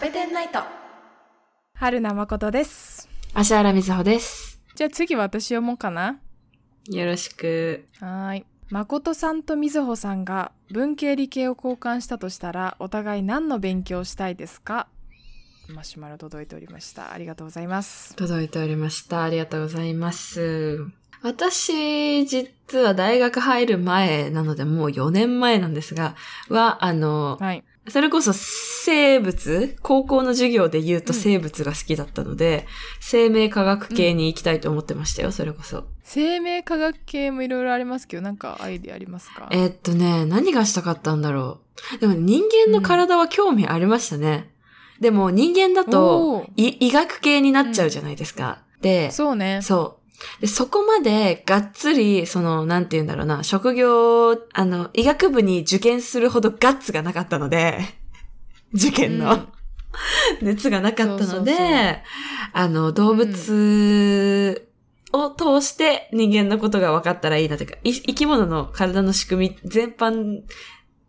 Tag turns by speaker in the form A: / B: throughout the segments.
A: ペテンナイト
B: 春名誠です。
C: 芦原瑞穂です。
B: じゃあ次は私読もうかな。
C: よろしく。
B: はーい。誠さんと瑞穂さんが文系理系を交換したとしたらお互い何の勉強をしたいですかマシュマロ届いておりました。ありがとうございます。
C: 届いておりました。ありがとうございます。私、実は大学入る前なので、もう4年前なんですが、は、あの、
B: はい。
C: それこそ生物、高校の授業で言うと
B: うん
C: 生物が好きだったので、生命科学系に行きたいと思ってましたよ、それこそ。
B: 生命科学系もいろいろありますけど、なんかアイディアありますか
C: えーっとね、何がしたかったんだろう。でも人間の体は興味ありましたね。でも人間だと、
B: おー
C: い医学系になっちゃうじゃないですか。で、
B: そうね。
C: そう。で、そこまでがっつり、その、なんて言うんだろうな、職業、あの、医学部に受験するほどガッツがなかったので、 受験の、
B: うん
C: 熱がなかったので、
B: そうそうそう
C: あの、動物を通して人間のことが分かったらいいなというか、い生き物の体の仕組み全般っ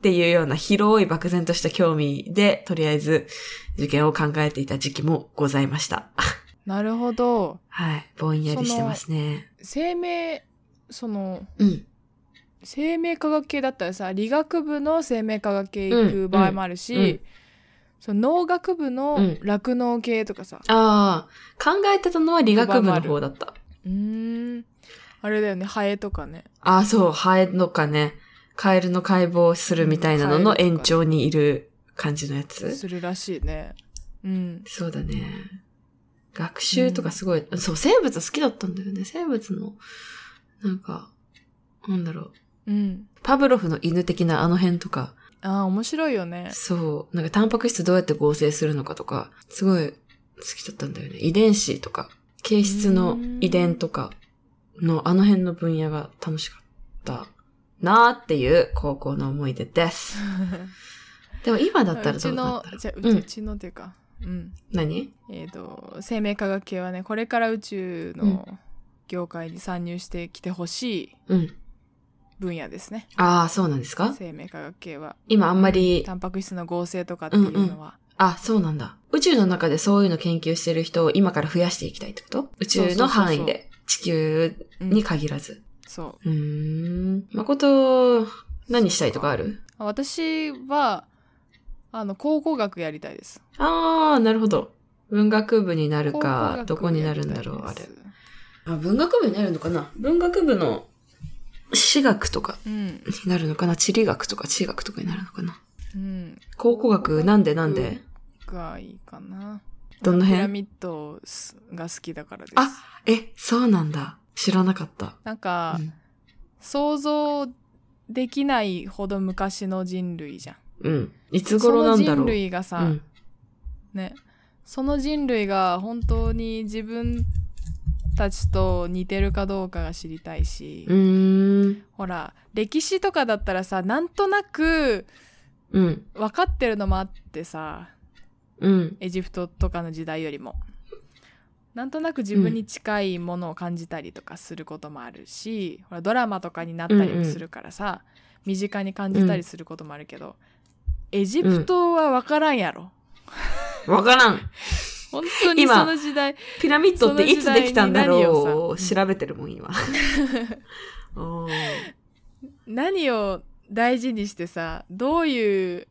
C: ていうような広い漠然とした興味で、とりあえず受験を考えていた時期もございました。
B: なるほど。
C: はい。ぼんやりしてますね。
B: 生命、その、
C: うん。
B: 生命科学系だったらさ理学部の生命科学系行く場合もあるし、
C: うんうんうん
B: その農学部
C: う
B: の
C: ん
B: 酪農系とかさ
C: ああ、考えてたのは理学部の方だった。
B: うーんあれだよねハエとかね
C: ああ、そう、ハエのかね、カエルの解剖するみたいなの
B: うん
C: の
B: カエルと
C: 延
B: か
C: 長にいる感じのやつ。
B: するらしいねうん
C: そうだね。学習とかすごい、そう、生物好きだったんだよね。生物の、なんか、なんだろう。
B: うん
C: パブロフの犬的なあの辺とか、
B: あー面白いよね
C: そう、なんかタンパク質どうやって合成するのかとか、すごい好きだったんだよね。遺伝子とか、形質の遺伝とかのあの辺の分野が楽しかったなーっていう高校の思い出 です。でも今だったら
B: う
C: ど
B: ち
C: うだっ
B: の
C: たろう
B: じゃうち,、
C: うん
B: うちのっていうかうん
C: 何
B: えっ、と生命科学系はねこれから宇宙の業界に参入してきてほしい
C: うん。
B: 分野ですね
C: ああ、そうなんですか
B: 生命科学系は
C: 今あんまり
B: タンパク質の合成とかっていうのは、
C: あ、そうなんだ。宇宙の中でそういうの研究してる人を今から増やしていきたいってこと宇宙の範囲で。地球
B: うん
C: に限らず。
B: そう
C: うーん。誠、何したいとかある
B: あ私はあの考古学やりたいです
C: あー、なるほど。文学部になる
B: 考古学
C: か、どこになるんだろう、
B: や
C: あ
B: りたい
C: れ
B: で。す
C: あ、文学部になるのかな文学部の、史学とか
B: うん、
C: になるのかな地理学とか地学とかになるのかな
B: うん、
C: 考古学、なんでなんで
B: がいいかな
C: どの
B: ピラ
C: 辺
B: ミッドすが好きだからです
C: あえ、そうなんだ。知らなかった。
B: なんか、
C: うん
B: 想像できないほど昔の人類じゃん
C: うん。いつ頃なんだ
B: そ
C: ろ
B: の人
C: う。
B: 類がさ、
C: うん。
B: ねその人類が本当に自分たちと似てるかどうかが知りたいし、
C: うーん。
B: ほら歴史とかだったらさなんとなく
C: うん。
B: 分かってるのもあってさ
C: うん。
B: エジプトとかの時代よりもなんとなく自分に近いものを感じたりとかすることもあるし、ほらドラマとかになったりもするからさ、身近に感じたりすることもあるけど、エジプトは分からんやろ
C: わからん。
B: 本当に
C: 今
B: その時代
C: ピラミッドっていつできたんだ
B: そ
C: ろ
B: の
C: う。
B: 時
C: 調べてるもん、今。おー
B: 何を大事にしてさどういう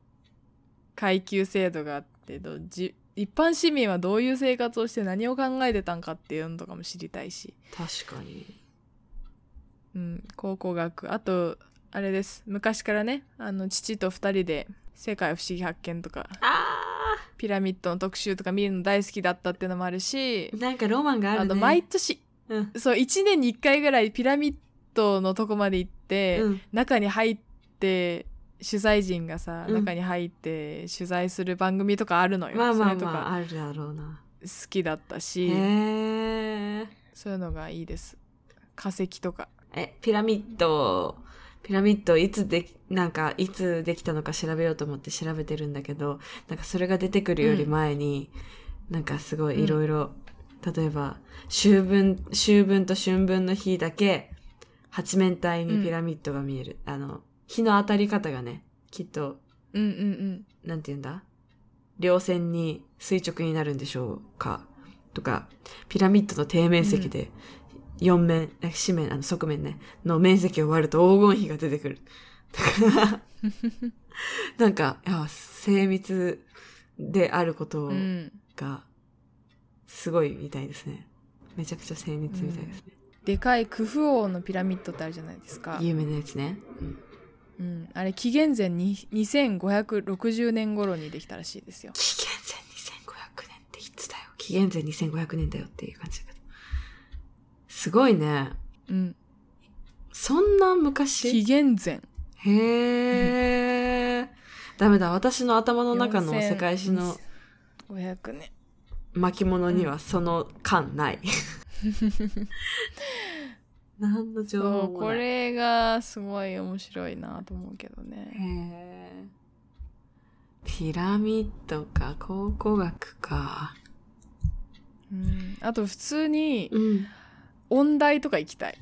B: 階級制度があってどじ一般市民はどういう生活をして何を考えてたんかっていうのとかも知りたいし、
C: 確かに。
B: うん、考古学あとあれです昔からねあの父と二人で「世界不思議発見」とか
C: あ
B: ピラミッドの特集とか見るの大好きだったっていうのもあるし
C: ー、なんかロマンがあ
B: あ
C: るね。
B: の毎年
C: うん
B: そう1年に1回ぐらいピラミッドのとこまで行って、
C: うん
B: 中に入って取材陣がさ、
C: うん
B: 中に入って取材する番組とかあるのよ、
C: まあまあ
B: それと
C: まあ、
B: か
C: あるだろうな。
B: 好きだったし
C: へー
B: そういうのがいいです化石とか
C: え、ピラミッド、ピラミッドいつでき、なんかいつできたのか調べようと思って調べてるんだけど、なんかそれが出てくるより前に、なんかすごいいろいろ、例えば、秋分、秋分と春分の日だけ、八面体にピラミッドが見える。あの、日の当たり方がね、きっと、
B: うんうん
C: なんて言うんだ稜線に垂直になるんでしょうかとか、ピラミッドの底面積で、四面、あ四面、あの、側面ね、の面積を割ると黄金比が出てくる。 だから、なんか、いや精密であること
B: うん、
C: が、すごいみたいですね。めちゃくちゃ精密みたいですね。
B: でかいクフ王のピラミッドってあるじゃないですか、
C: 有名なやつね。うん
B: うん、あれ紀元前に2560年頃にできたらしいですよ
C: 紀元前2500年っていつだよ。紀元前2500年だよっていう感じだけど。すごいね。
B: うん
C: そんな
B: 紀
C: 昔
B: 元前
C: へえ。ダメだ。私の頭の中の
B: 4000
C: 世界史の
B: 500年
C: 巻物にはその 感ない。何の情報も
B: そ。
C: ないう
B: これがすごい面白いなと思うけど
C: へ
B: ね
C: ーピラミッドか、考古学か。
B: うん、あと普通に
C: うん。
B: 音大とか行きたい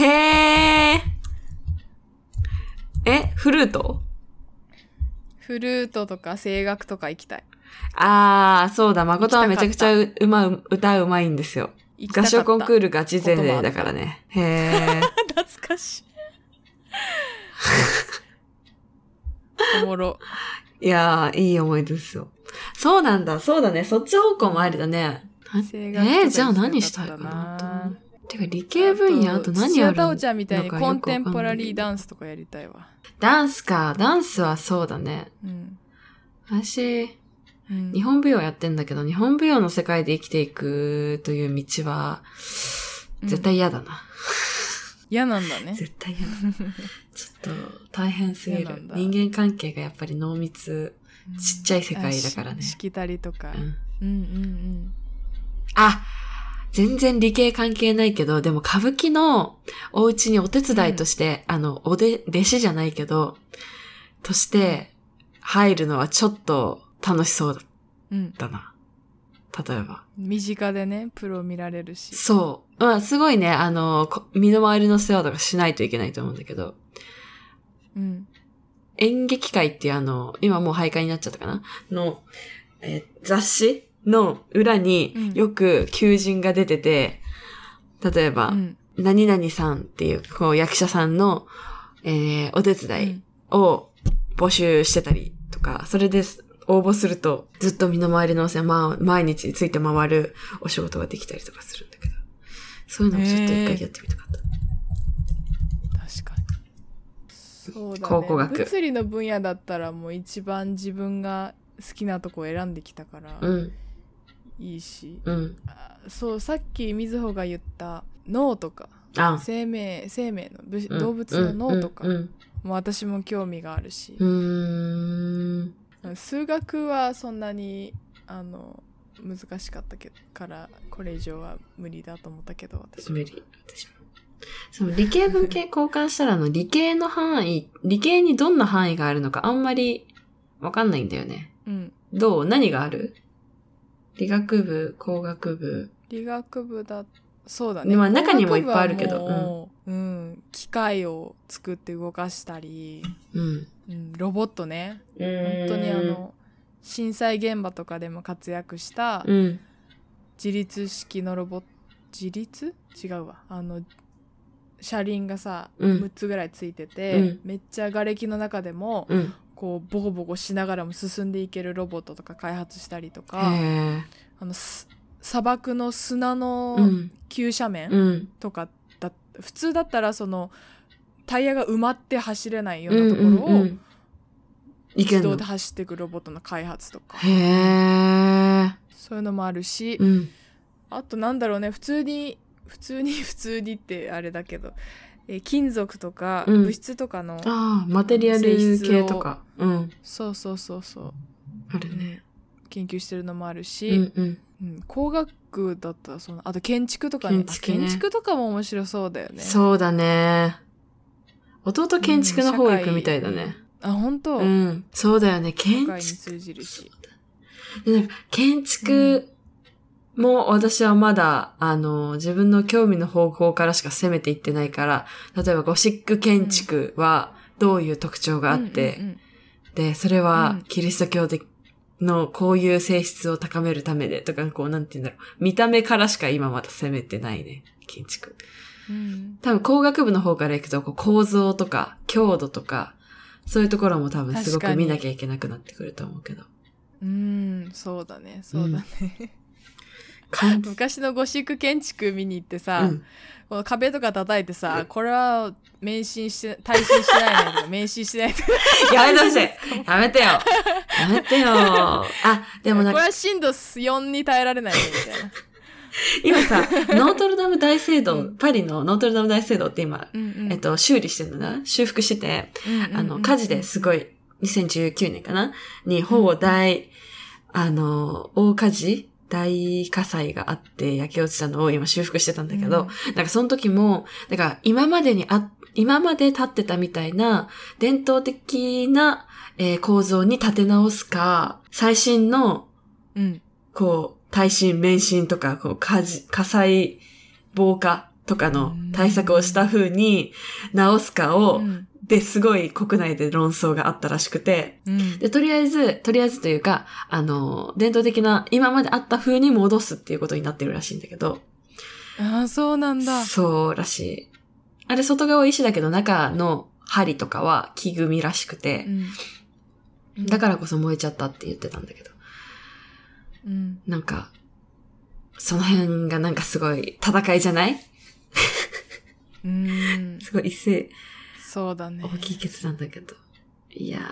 C: へえ。え、フルート
B: フルートとか声楽とか行きたい
C: ああ、そうだ。誠はめちゃくちゃううまう、歌うまいんですよ。
B: 行きたか
C: 合
B: った
C: 唱コンクールガチ勢だからね。へえ。
B: 懐か しいおもろ
C: いやー、いい思い出ですよ。そうなんだ、そうだね。そっち方向もありだね。な
B: 声楽とか行きたかったな
C: えー、じゃあ何したいかなと。てか、理系分野、あと何
B: あと土屋
C: あ
B: 太鳳
C: る
B: ちゃんみたいに
C: なんか
B: コ
C: よ
B: ン
C: くわか
B: テ
C: ん
B: ン
C: ない
B: ポラリーダンスとかやりたいわ、
C: ダンスか。ダンスはそうだね。
B: うん
C: 私、
B: うん
C: 日本舞踊やってんだけど、日本舞踊の世界で生きていくという道は、
B: うん
C: 絶対嫌だな。
B: 嫌なんだね
C: 絶対嫌だ。 ちょっと、大変すぎ
B: 嫌な
C: る
B: ん。だ
C: 人間関係がやっぱり濃密。ちっちゃい世界だからね
B: あししきたりとか、
C: うん
B: うん、うん
C: あ、全然理系関係ないけど、でも歌舞伎のお家にお手伝いとして、あの、おで、弟子じゃないけど、として入るのはちょっと楽しそう
B: うんうん
C: だな。例えば。
B: 身近でねプロ見られるし
C: そう。まあ、すごいね、あの、こ身の回りの世話とかしないといけないと思うんだけど、
B: うん
C: 演劇界っていうあの、今もう廃刊になっちゃったかなの、えー雑誌の裏
B: うん
C: によく求人が出てて、例えば、
B: うん
C: 何々さんっていう、こう、役者さんの、えー、お手伝いを募集してたりとか、それです、応募すると、ずっと身の回りのお世話、まあ、毎日ついて回るお仕事ができたりとかするんだけど、そういうのもちょっと一回やってみたかった。
B: 確かにそうだ
C: 考
B: ね
C: 古学
B: 物理の分野だったらもう一番自分が好きなとこ選んできたから
C: うん、
B: いいし、
C: うん。
B: あそうさっきみずほが言った脳とか
C: あ、
B: 生命生命の物
C: うん
B: 動物の脳とか、
C: うんうん
B: もう私も興味があるし
C: う、ーん。
B: 数学はそんなにあの難しかったけからこれ以上は無理だと思ったけど私は
C: 無理。私も。その理系文系交換したらあの理系の範囲、理系にどんな範囲があるのかあんまりわかんないんだよね。
B: うん
C: どう何がある理学部、工学部。
B: 理学部だそうだね
C: まあ
B: 工学部
C: 中にもいっぱいあるけど
B: はもううん、機械を作って動かしたり、
C: うん。
B: うん、ロボットね
C: 本
B: 本当にあ、の震災現場とかでも活躍した
C: うん。
B: 自立式のロボット自立違うわあの車輪がさ、
C: うん
B: 6つぐらいついてて、
C: うん
B: めっちゃ瓦礫の中でも
C: うん。
B: こうボコボコしながらも進んでいけるロボットとか開発したりと
C: へ
B: か
C: え。
B: あのす砂漠の砂
C: う
B: の
C: ん。
B: 急斜
C: う
B: 面
C: ん。
B: とかだ、普通だったらそのタイヤが埋まって走れないよ
C: うん
B: うなところ
C: うんう
B: を
C: んいけ
B: 自
C: んの
B: 動で走っていくロボットの開発とか
C: へえ。
B: そういうのもあるし、
C: うん。
B: あとなんだろうね普通に普通に 普通にってあれだけど、えー金属とか
C: うん
B: 物質とかの、
C: ああ、マテリアル系とか。うん。
B: そうそうそうそ
C: あ
B: う、
C: るね。
B: 研究してるのもある
C: う
B: し、
C: んうん。
B: うん工学だったらそのあと建築とかね
C: 建築ね
B: あ建築とかも面白そうだよね
C: そうだね。弟建築の方行くみたいだね。
B: あ本当、
C: うん。そうだよね。建
B: 社会に
C: 築
B: 通じるし
C: なんか建築も私はまだ、あの、自分の興味の方向からしか攻めていってないから、例えばゴシック建築はどういう特徴があって、
B: うんうんうん
C: で、それ
B: う
C: は
B: ん
C: キリスト教的のこういう性質を高めるためでとか、こう、なんて言うんだろう。見た目からしか今まだ攻めてないね、建築。
B: うん
C: 多分工学部の方から行くと、こう構造とか、強度とか、そういうところも多分すご
B: 確
C: く
B: かに
C: 見なきゃいけなくなってくると思うけど。
B: うん、そうだねそうだね、
C: 完
B: 昔のゴシック建築見に行ってさ、
C: うん
B: この壁とか叩いてさ、
C: うん
B: これは迷信して耐震してないねとか迷信してないとか
C: やめてほしいやめてよやめてよあ、でもなん
B: こ
C: か
B: れは震度4に耐えられないねみたいな。
C: 今さ、ノートルダム大聖堂、
B: うん
C: パリのノートルダム大聖堂って今、
B: うんうん
C: えっと、修理してんだな修復してて、あの、火事ですごい、2019年かなに、ほぼ大、あの、大火事大火災があって焼け落ちたのを今修復してたんだけど、、なんかその時も、だから今までにあ、今まで建ってたみたいな伝統的な、えー構造に建て直すか、最新の、
B: うんうん
C: こう、耐震、免震とか、こう、火事、火災、防火とかの対策をした風に直すか
B: う
C: を、
B: ん
C: で、すごい国内で論争があったらしくて、
B: うん
C: で、とりあえず、とりあえずというか、あの、伝統的な、今まであった風に戻すっていうことになってるらしいんだけど、
B: ああそうなんだ。、
C: そうらしい。あれ、外側は石だけど、中の針とかは木組みらしくて、だかららこそ燃えちゃったって言ってたんだけど、
B: うん
C: なんか、その辺がなんかすごい戦いじゃない
B: うん、
C: すごい一斉、
B: そうだね。
C: 大きい決断だけど。いやー、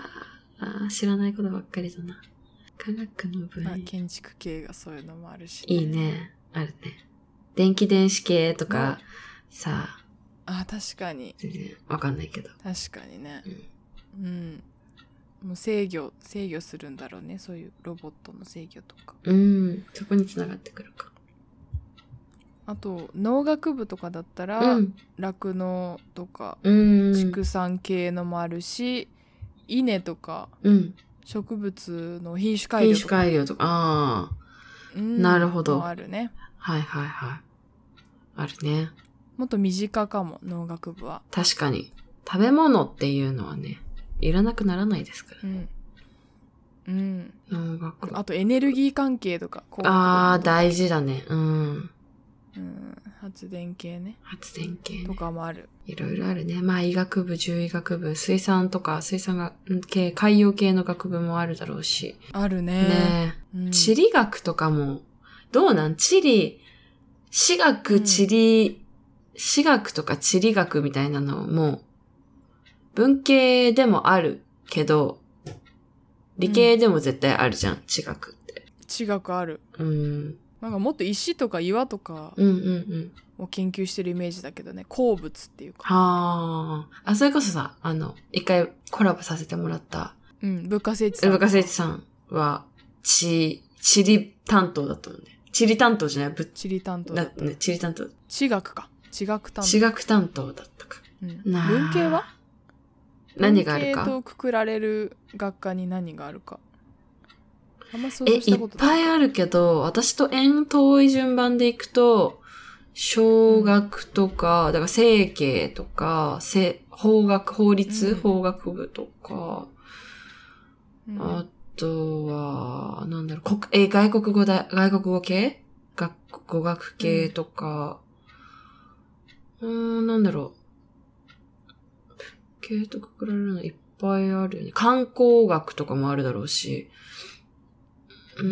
C: あー知らないことばっかりだな。科学の分
B: まあ
C: 野。
B: 建築系がそういうのもあるし、
C: いい。ね。あるね。電気電子系とか、さあ、
B: あ確かに
C: 全然わかんないけど。
B: 確かにね。うん。もう制御制御するんだろうねそういうロボットの制御とか。
C: うん、そこに繋がってくるか。
B: あと農学部とかだったら
C: うん。
B: 酪農、とか
C: うん。
B: 畜産系のもあるし、稲とか
C: うん。
B: 植物の品種改
C: 品
B: 良
C: 種
B: とか、
C: 改良とか。あ
B: うん
C: なるほど
B: もあるね
C: あ。はいはいはい。あるね。
B: もっと身近かも農学部は。
C: 確かに。食べ物っていうのはね、いらなくならないですか
B: う
C: ら。
B: ん、うん、
C: 農学。あ
B: あとエネルギー関係とか工学部
C: あー、大事だね。うん。
B: うん、発電系ね
C: 発電系
B: と
C: ね。
B: かもある
C: いろいろあるね。まあ、医学部、獣医学部、水産とか、水産がうん系、海洋系の学部もあるだろうし。
B: あるね
C: ね
B: うん
C: え。地理学とかも、どうなん地理、私
B: う
C: 学、
B: ん
C: 地理、私学とか地理学みたいなのも、文系でもあるけど、理系でも絶対あるじゃん、地学って。
B: 地学ある
C: うん、うん
B: なんかもっと石とか岩とか
C: うんうん。
B: を研究してるイメージだけどね鉱物っていうか、
C: はあ。あ、それこそさ、あの、一回コラボさせてもらった、
B: うん、物価聖地さん
C: 部下聖地さんは、地、地理担当だったのね。地理担当じゃない、ぶっ、
B: 地理担当
C: だね、地理担当。
B: 地学か地学担
C: 地学担当だったか。
B: 当、うん、
C: なあ
B: 文系は
C: 何がある
B: 文系
C: か
B: とくくられる学科に何があるかあんま想
C: え、
B: 像し
C: い
B: たこ
C: っ
B: と
C: ぱいあるけど、私と遠遠い順番でいくと、小学とか、だから整形とか、せ法学、法律、
B: うん
C: 法学部とか、
B: うん
C: あとは、なんだろう、国、え、外国語だ、外国語系学、語学系とか、うーん、なんだろう。系とくくられるのいっぱいあるよね。観光学とかもあるだろうし。う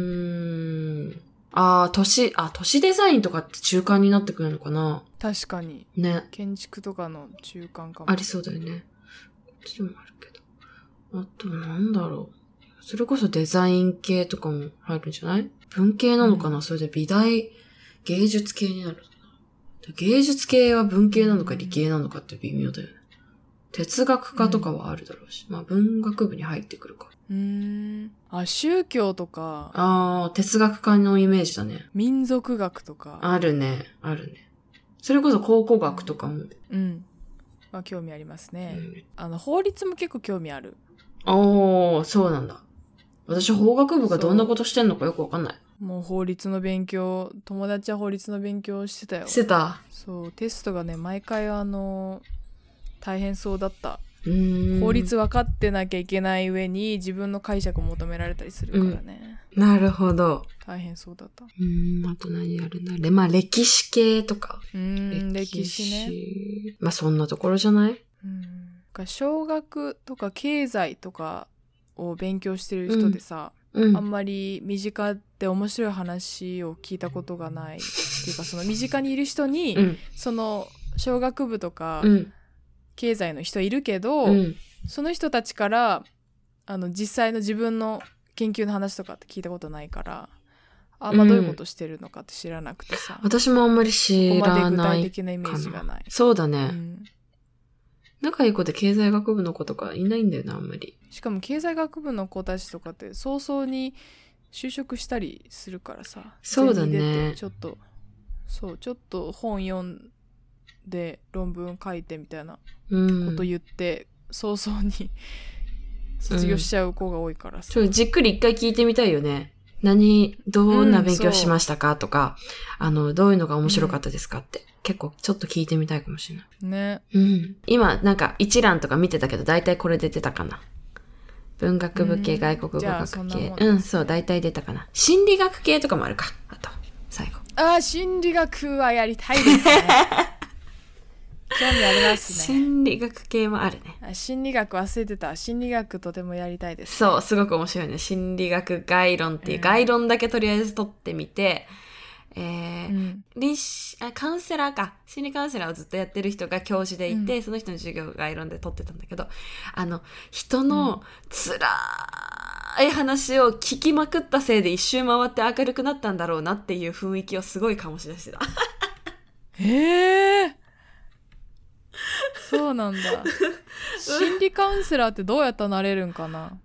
C: ーん。ああ、都市、あ、都市デザインとかって中間になってくるのかな
B: 確かに
C: ね。
B: 建築とかの中間かも
C: ありそうだよね。こっちでもあるけど。あと、なんだろう。それこそデザイン系とかも入るんじゃない文系なのかな、それで美大、芸術系になるのかな。芸術系は文系なのか理系なのかって微妙だよね。哲学科とかはあるだろうし。まあ文学部に入ってくるか。
B: うーんあ宗教とか
C: ああ、哲学科のイメージだね。
B: 民族学とか
C: あるね、あるね。それこそ考古学とかも。
B: うんは興味あります
C: う
B: ね、
C: ん
B: あの法律も結構興味ある
C: おー、そうなんだ。私、法学部がどんなことしてんのかよくわかんない。
B: もう法律の勉強友達は法律の勉強してたよ
C: してた。
B: そうテストがね毎回あの大変そうだった法律分かってなきゃいけない上に自分の解釈を求められたりするからね、
C: なるほど。
B: 大変そうだった
C: うーん、あと何やるんだろう。まあ、歴史系とか。
B: うん歴史ね
C: ね。まあ、そんなところじゃない
B: うんが小学とか経済とかを勉強してる人でさ、
C: うん。
B: あんまり身近で面白い話を聞いたことがないっていう かその身近にいる人に、
C: うん。
B: その小学部とか
C: うん。
B: 経済の人いるけど、
C: うん。
B: その人たちからあの実際の自分の研究の話とかって聞いたことないからあんま
C: うん
B: どういうことしてるのかって知らなくてさ、こ
C: 私もあんまり
B: こ
C: 知
B: まで
C: ら
B: 具
C: な
B: 体
C: い。
B: 的なイメージがない。
C: そうだ
B: う
C: ね。
B: ん
C: 仲いい子で経済学部の子とかいないんだよな、あんまり。
B: しかも経済学部の子たちとかって早々に就職したりするからさ
C: そうだね
B: 前に出てちょっとそうちょっと本読んで論文書いてみたいな
C: うん。
B: こと言って、早々に 卒業しちゃう子が多いからさ、
C: ちょっとじっくり一回聞いてみたいよね。何、どんな勉強しましたかとか、あの、どういうのが面白かったですかって。結構ちょっと聞いてみたいかもしれない。
B: ね
C: うん。今、なんか一覧とか見てたけど、大体これ出てたかな。文学部
B: う
C: 系、
B: ん
C: 外国語
B: じゃあそ
C: 学
B: んなもんで。
C: 系
B: す
C: う
B: ね
C: ん、そう、大体出たかな。心理学系とかもあるか。あと、最後。
B: あー心理学はやりたいですね 興味ありますね
C: 心理学系もあるね。
B: あ心理学忘れてた心理学とてもやりたいです
C: そう、すごく面白いね。心理学概論っていう、
B: うん
C: 概論だけとりあえず取ってみて、えー
B: うん
C: 臨しあカウンセラーか心理カウンセラーをずっとやってる人が教師でいて、その人の授業を概論で取ってたんだけどあの人の辛い話を聞きまくったせいで一周回って明るくなったんだろうなっていう雰囲気をすごい醸し出してた
B: ええそう なんだ心理カウンセラーってどうやったらなれるんかな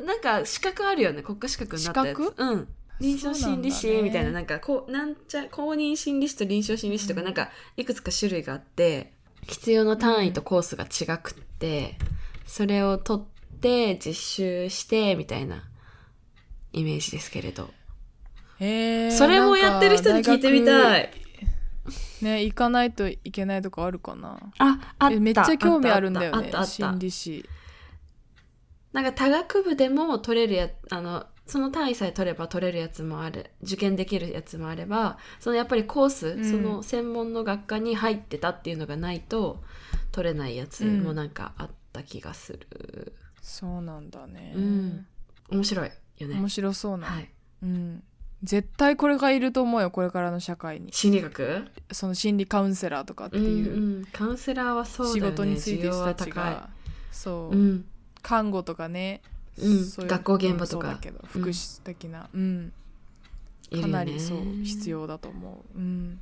C: なんか資格あるよね国家資格になったやつ
B: 資格
C: うん臨床心理
B: そう
C: 士
B: なんだね
C: みたいななんかこうなんちゃ公認心理士と臨床心理士とか
B: うん
C: なんかいくつか種類があって必要な単位とコースが違くって、それを取って実習してみたいなイメージですけれど、
B: へえ
C: それもやってる人に聞いてみた
B: い
C: い
B: ね行かないといけないとこあるかな
C: ああった
B: えめっちゃ興味あるんだよ
C: あっ
B: ね
C: たあったあ
B: 心
C: った
B: 理師
C: なんか多学部でも取れるやあのその単位さえ取れば取れるやつもある受験できるやつもあればそのやっぱりコース、
B: ん
C: その専門の学科に入ってたっていうのがないと取れないやつもなんかあった気がする、
B: そうなんだね、
C: うん面白いよね
B: 面白そうな、
C: はい
B: うん絶対これがいると思うよこれからの社会に
C: 心理学
B: その心理カウンセラーとかって
C: うん
B: いう
C: うん、カウンセラーはそう
B: 仕
C: だよね
B: 事についてる
C: 需要
B: 人
C: は
B: たち
C: 高い
B: がそう、
C: うん
B: 看護とかね、
C: うん
B: そういう
C: 学校現場とか
B: そうだけど福祉的な、うん
C: いるよ
B: か
C: ね
B: なりそう必要だと思う、うん、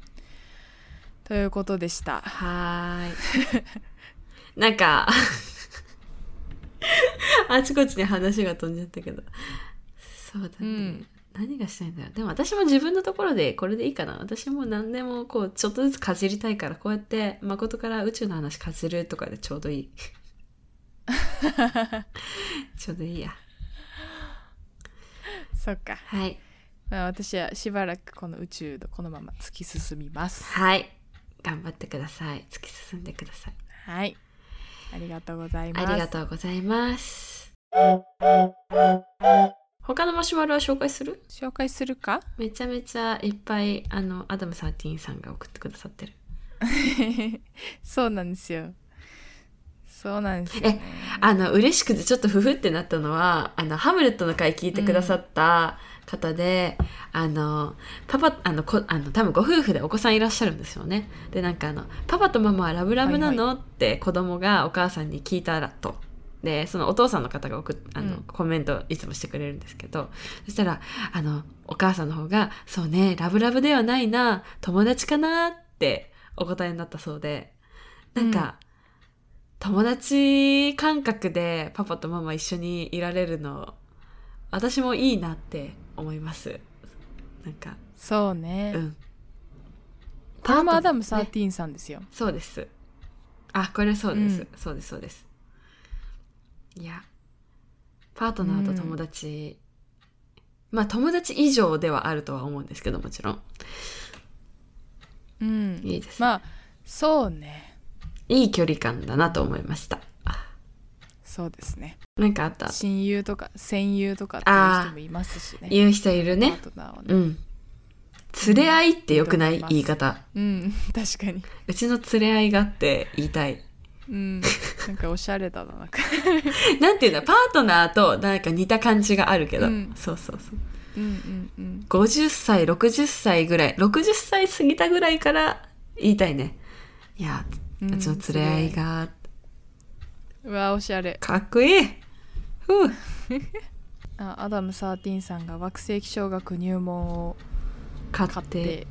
B: ということでした
C: はーい。 なんか、 あちこちに話が飛んじゃったけど。そうだね。
B: うん
C: 何がしたいんだろう。でも私も自分のところでこれでいいかな。私も何でもこう、ちょっとずつかじりたいから、こうやって誠から宇宙の話かじるとかでちょうどい い。ちょうどいいや。
B: そっか、
C: はい。
B: まあ、私はしばらくこの宇宙のこのまま突き進みます
C: はい。頑張ってください。突き進んでください。
B: はいありがとうございま
C: あ
B: す
C: りがとうございます。他のマシュマロは紹介する
B: 紹介するか
C: めちゃめちゃいっぱいあのアダムサーティーンさんが送ってくださってる
B: そうなんですよそうなんですよ、ね、
C: あの嬉しくてちょっとフフってなったのはあのハムレットの回聞いてくださった方で、あのパパあのこあの多分ご夫婦でお子さんいらっしゃるんですよねでなんかあの「パパとママはラブラブなのって子供がお母さんに聞いたらと。でそのお父さんの方が送っあの、
B: うん
C: コメントをいつもしてくれるんですけどそしたらあのお母さんの方が「そうねラブラブではないな友達かな」ってお答えになったそうでなんか、友達感覚でパパとママ一緒にいられるの私もいいなって思いますなんか
B: そうね、
C: うん
B: パーマアダム・サ
C: さ
B: ーティーンさんですよ。
C: そうですあこれそうで
B: う
C: す、
B: ん
C: そうですそうですいやパートナーと友達、まあ友達以上ではあるとは思うんですけどもちろん
B: うん、
C: いいです
B: まあそうね。
C: いい距離感だなと思いましたあ
B: そうですね
C: なんかあった
B: 親友とか戦友とかっていう人もいますしね
C: 言う人いるね。
B: パートナーをね
C: うん。連れ合いって良くな
B: う
C: い
B: ん
C: 言い方。
B: うん確かに
C: うちの連れ合いがあって言いたい。
B: うんなんかおしゃれだななんか
C: なんていうんだ、パートナーとなんか似た感じがあるけど。
B: うん
C: そうそうそ
B: う
C: う。
B: んうんうん
C: 50歳、60歳ぐらい、60歳過ぎたぐらいから言いたいね。いや、
B: うん
C: うちの連れ合いが、
B: うわおしゃれ
C: かっこいいふう
B: あアダム13さんが惑星気象学入門を
C: 買
B: 買
C: っ、
B: ってて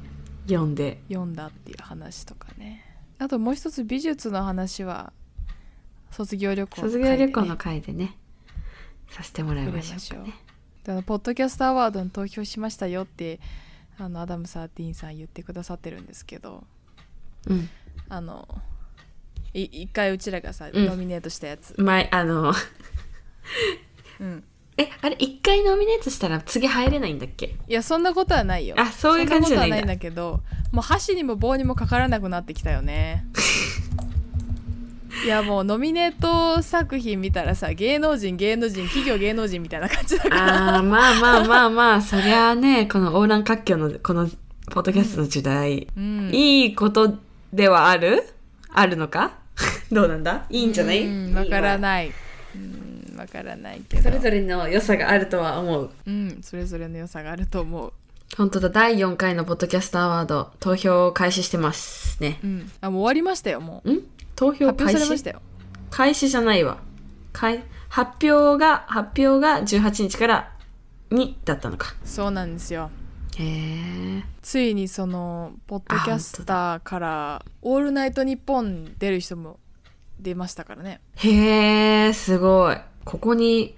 C: 読んで。
B: 読んだっていう話とかねあともう一つ美術の話は卒業旅行の
C: 卒
B: 回で
C: 業
B: ね
C: 旅行の回でね、させてもらいましょうかね。
B: であのポッドキャストアワードに投票しましたよってあのアダム・サーティーンさん言ってくださってるんですけど
C: うん。
B: あのい一回うちらがさ、
C: うん
B: ノミネートしたやつ、
C: 前、あの、
B: うん、
C: え、あれ、一回ノミネートしたら次入れないんだっけ
B: いやそんなことはないよ
C: あそういう感じじゃないんだ
B: そんなことはないんだけどもう箸にも棒にもかからなくなってきたよ ねいやもうノミネート作品見たらさ芸能人芸能人企業芸能人みたいな感じだから
C: あー、まあまあまあまあ、そりゃあ ね、この横断活況の、この、ポッドキャストの時代、
B: うん
C: いいことではあるあるのか どうなんだいいんじゃない
B: うんわから
C: い
B: ないうんわからないけ
C: い
B: ど
C: わ。それぞれの良さがあるとは思う。
B: うん、それぞれの良さがあると思う。
C: 本当だ、第4回のポッドキャストアワード、投票を開始してますね。
B: うん、あ、もう終わりましたよ、もう。
C: ん投票
B: 発表
C: 開
B: されまし
C: 始
B: たよ。
C: 開始じゃないわ。開発表が、発表が18日から2だったのか。
B: そうなんですよ。
C: へえ。
B: ついにそのポッドキャスターから「オールナイトニッポン」出る人も出ましたからね
C: へえ、すごい。ここに、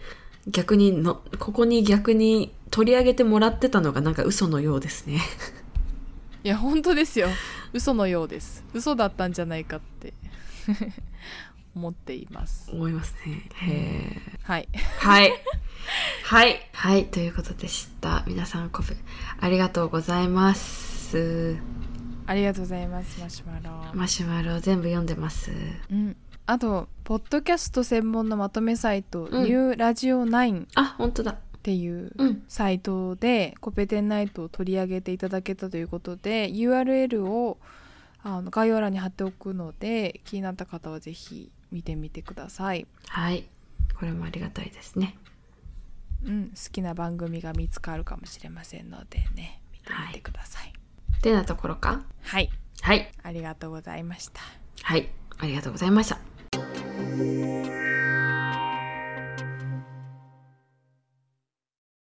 C: 逆にの、ここに逆に取り上げてもらってたのがなんか嘘のようですね。
B: いや本当ですよ嘘のようです嘘だったんじゃないかって 思っています
C: 思いますね。へえ。
B: はい
C: はい。はい。はい。ということでした。皆さん、コブ、ありがとうございます。
B: ありがとうございますマシュマロ、
C: マシュマロ全部読んでます。
B: うん、あとポッドキャスト専門のまとめサイト「
C: うん
B: ニューラジオ9」っ
C: あ、本当だ。
B: ていう
C: うん。
B: サイトでコペテンナイトを取り上げていただけたということで URL をあの概要欄に貼っておくので気になった方はぜひ見てみてください、
C: はい。これもありがたいですね。
B: うん、好きな番組が見つかるかもしれませんのでね見てみてください
C: てなところか
B: はい、
C: はい。
B: ありがとうございました
C: はい。ありがとうございました。